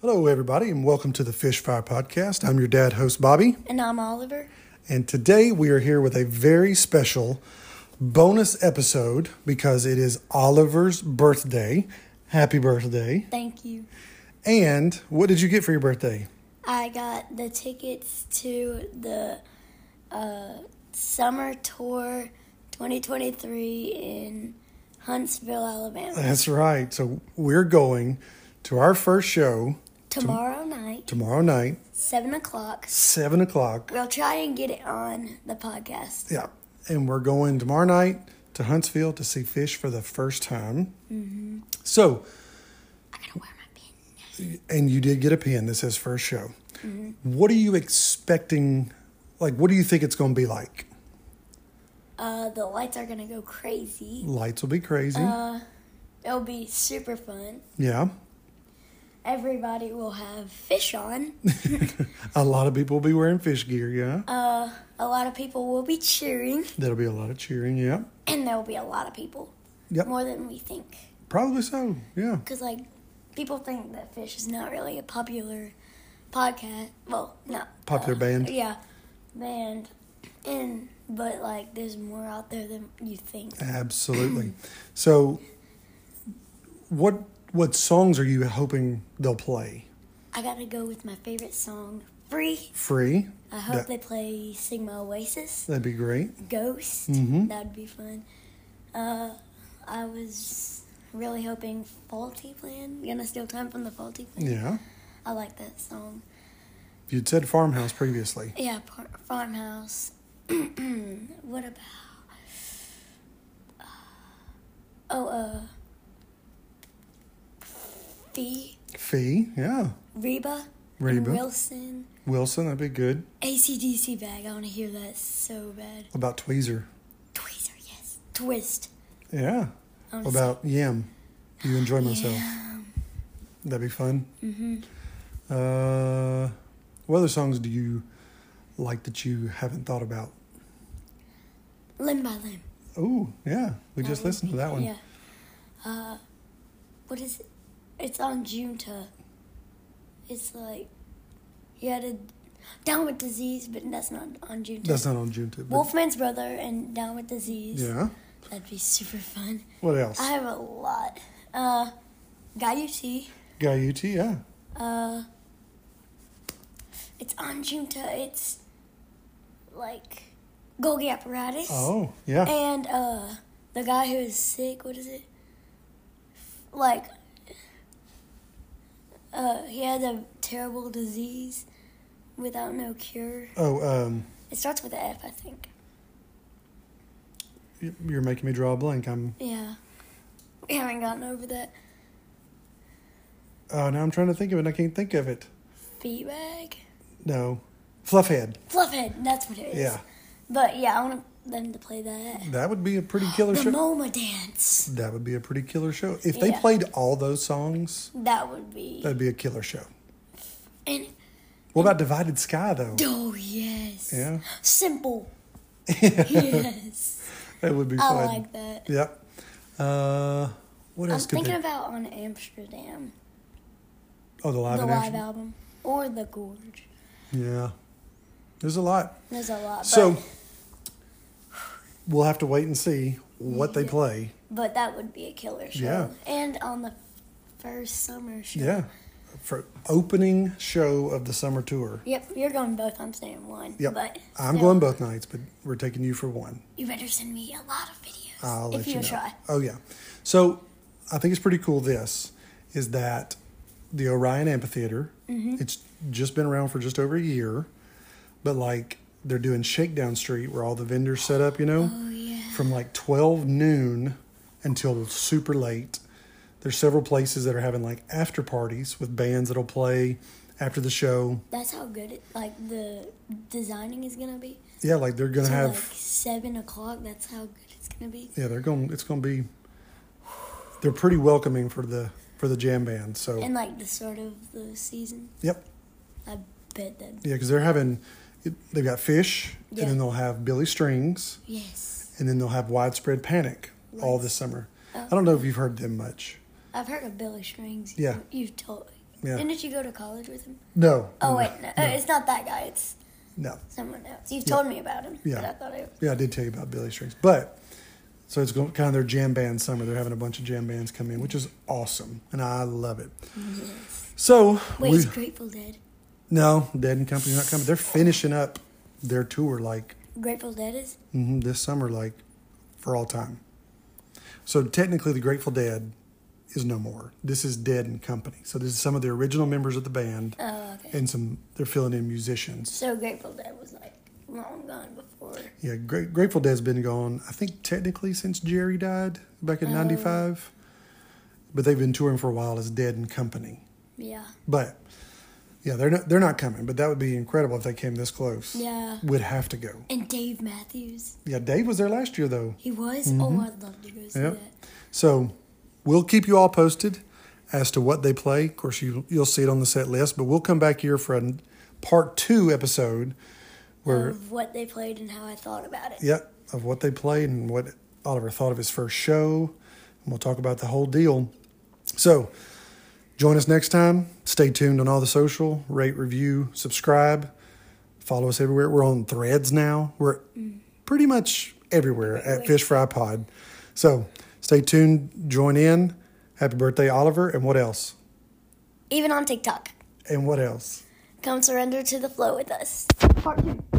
Hello, everybody, and welcome to the Fish Fire Podcast. I'm your dad host, Bobby, And I'm Oliver. and today we are here with a very special bonus episode because it is Oliver's birthday. Happy birthday. Thank you. And what did you get for your birthday? I got the tickets to the uh, summer tour 2023 in Huntsville, Alabama. That's right. So we're going to our first show Tomorrow night, tomorrow night, 7 o'clock. 7 o'clock. We'll try and get it on the podcast. Yeah. And we're going tomorrow night to Huntsville to see fish for the first time. Mm-hmm. So, I gotta wear my pin. and you did get a pin that says first show. What are you expecting? Like, what do you think it's going to be like? Uh, the lights are gonna go crazy. Lights will be crazy. Uh, It'll be super fun. yeah. Everybody will have fish on. A lot of people will be wearing fish gear. Yeah. Uh, A lot of people will be cheering, That'll be a lot of cheering. Yeah. and there'll be a lot of people. Yep. More than we think. Probably so. Yeah. because like people think that fish is not really a popular podcast well not Popular uh, band. yeah band and but like there's more out there than you think Absolutely. so, what what songs are you hoping they'll play? i gotta go with my favorite song free Free. i hope That, they play sigma oasis that'd be great. ghost Mm-hmm. that'd be fun uh i was really hoping faulty plan gonna steal time from the faulty plan Yeah. i like that song You'd said farmhouse previously. Yeah, par- farmhouse. what about? uh, Oh, uh, Fee, Fee. Yeah. Reba, and Reba. Wilson, Wilson. That'd be good. ACDC bag. I want to hear that so bad. About Tweezer. Tweezer, yes. Twist. Yeah. I wanna About Yam. You enjoy myself. That'd be fun. Mm-hmm. Uh, what other songs do you like that you haven't thought about? see- limb by limb. Oh, yeah. We That just would listened to be- that one. Yeah. Uh, what is it? It's on Junta. It's like you had a down with disease, but that's not on Junta. That's not on June 2. but- Wolfman's brother and Down with Disease. Yeah. That'd be super fun. What else? I have a lot. Uh, Guy UT. Guy UT, yeah. Uh, it's on Junta. It's like Golgi Apparatus. Oh, yeah. And uh, the guy who is sick, what is it? Like, uh, he had a terrible disease without no cure. Oh, um, It starts with a F, I think. y- you're making me draw a blank. I'm. Yeah. We haven't gotten over that Oh, now I'm trying to think of it. and I can't think of it. feedback. No. Fluffhead. Fluffhead, that's what it is. Yeah. But yeah, I want them to play that. That would be a pretty killer The show. MoMA dance. that would be a pretty killer show. If they Yeah. played all those songs, That would be. that'd be a killer show. And What about Divided Sky though? oh yes. Yeah. Simple. yes. That would be Oh, I fun. like that. Yep. Uh, what I'm else could thinking they? about on Amsterdam, oh, the live the in live action. album or the Gorge. Yeah. There's a lot. There's a lot. But, So we'll have to wait and see what they Yeah. play. but that would be a killer show. Yeah. And on the first summer show. Yeah. For opening show of the summer tour. Yep, you're going both. I'm staying one. Yep. But I'm still, going both nights, but we're taking you for one. You better send me a lot of videos I'll let if you know. try. Oh yeah. So I think it's pretty cool. This is that the Orion Amphitheater. Mm-hmm. It's just been around for just over a year, but like they're doing Shakedown Street where all the vendors set up. You know, Oh yeah. from like twelve noon until super late. There's several places that are having like after parties with bands that'll play after the show. That's how good it like the designing is gonna be. Yeah, like they're gonna So have like seven o'clock. That's how good it's gonna be. yeah they're going it's gonna be they're pretty welcoming for the for the jam band. So And like the start of the season, yep. I bet that Yeah, because they're having, it- they've got fish, and Yeah. then they'll have Billy Strings, yes. and then they'll have Widespread Panic Oh. all this summer. I don't know if you've heard them much. I've heard of Billy Strings. Yeah. You, have told Yeah. Didn't you go to college with him? No. Oh no, wait, no, no, it's not that guy. It's no. someone else. You've told me about him. Yeah. But I thought I. Yeah, I did tell you about Billy Strings, but so it's going, kind of their jam band summer. They're having a bunch of jam bands come in, which is awesome, and I love it. So Wait, we is Grateful Dead. no Dead and Company are not coming. They're finishing up their tour like Grateful Dead is. hmm this summer, like for all time. So technically, the Grateful Dead is no more. This is Dead and Company. So this is some of the original members of the band Oh, okay. and some they're filling in musicians. So Grateful Dead was like long gone before. Yeah, Gra- Grateful Dead's been gone. I think technically since Jerry died back in '95, but they've been touring for a while as Dead and Company. Yeah. But yeah, they're not they're not coming. But that would be incredible if they came this close. Yeah. would have to go. And Dave Matthews. Yeah, Dave was there last year though. He was. Mm-hmm. Oh, I'd love to go see Yep. that. So we'll keep you all posted as to what they play. Of course, you, you'll see it on the set list, but we'll come back here for a part two episode where, Of what they played and how I thought about it. yep, of what they played and what Oliver thought of his first show. And we'll talk about the whole deal. So join us next time. Stay tuned on all the social, rate, review, subscribe, follow us everywhere. We're on threads now. We're pretty much everywhere at Fish Fry Pod. So stay tuned, join in. Happy birthday, Oliver. And what else? Even on TikTok. And what else? Come surrender to the flow with us. Part two.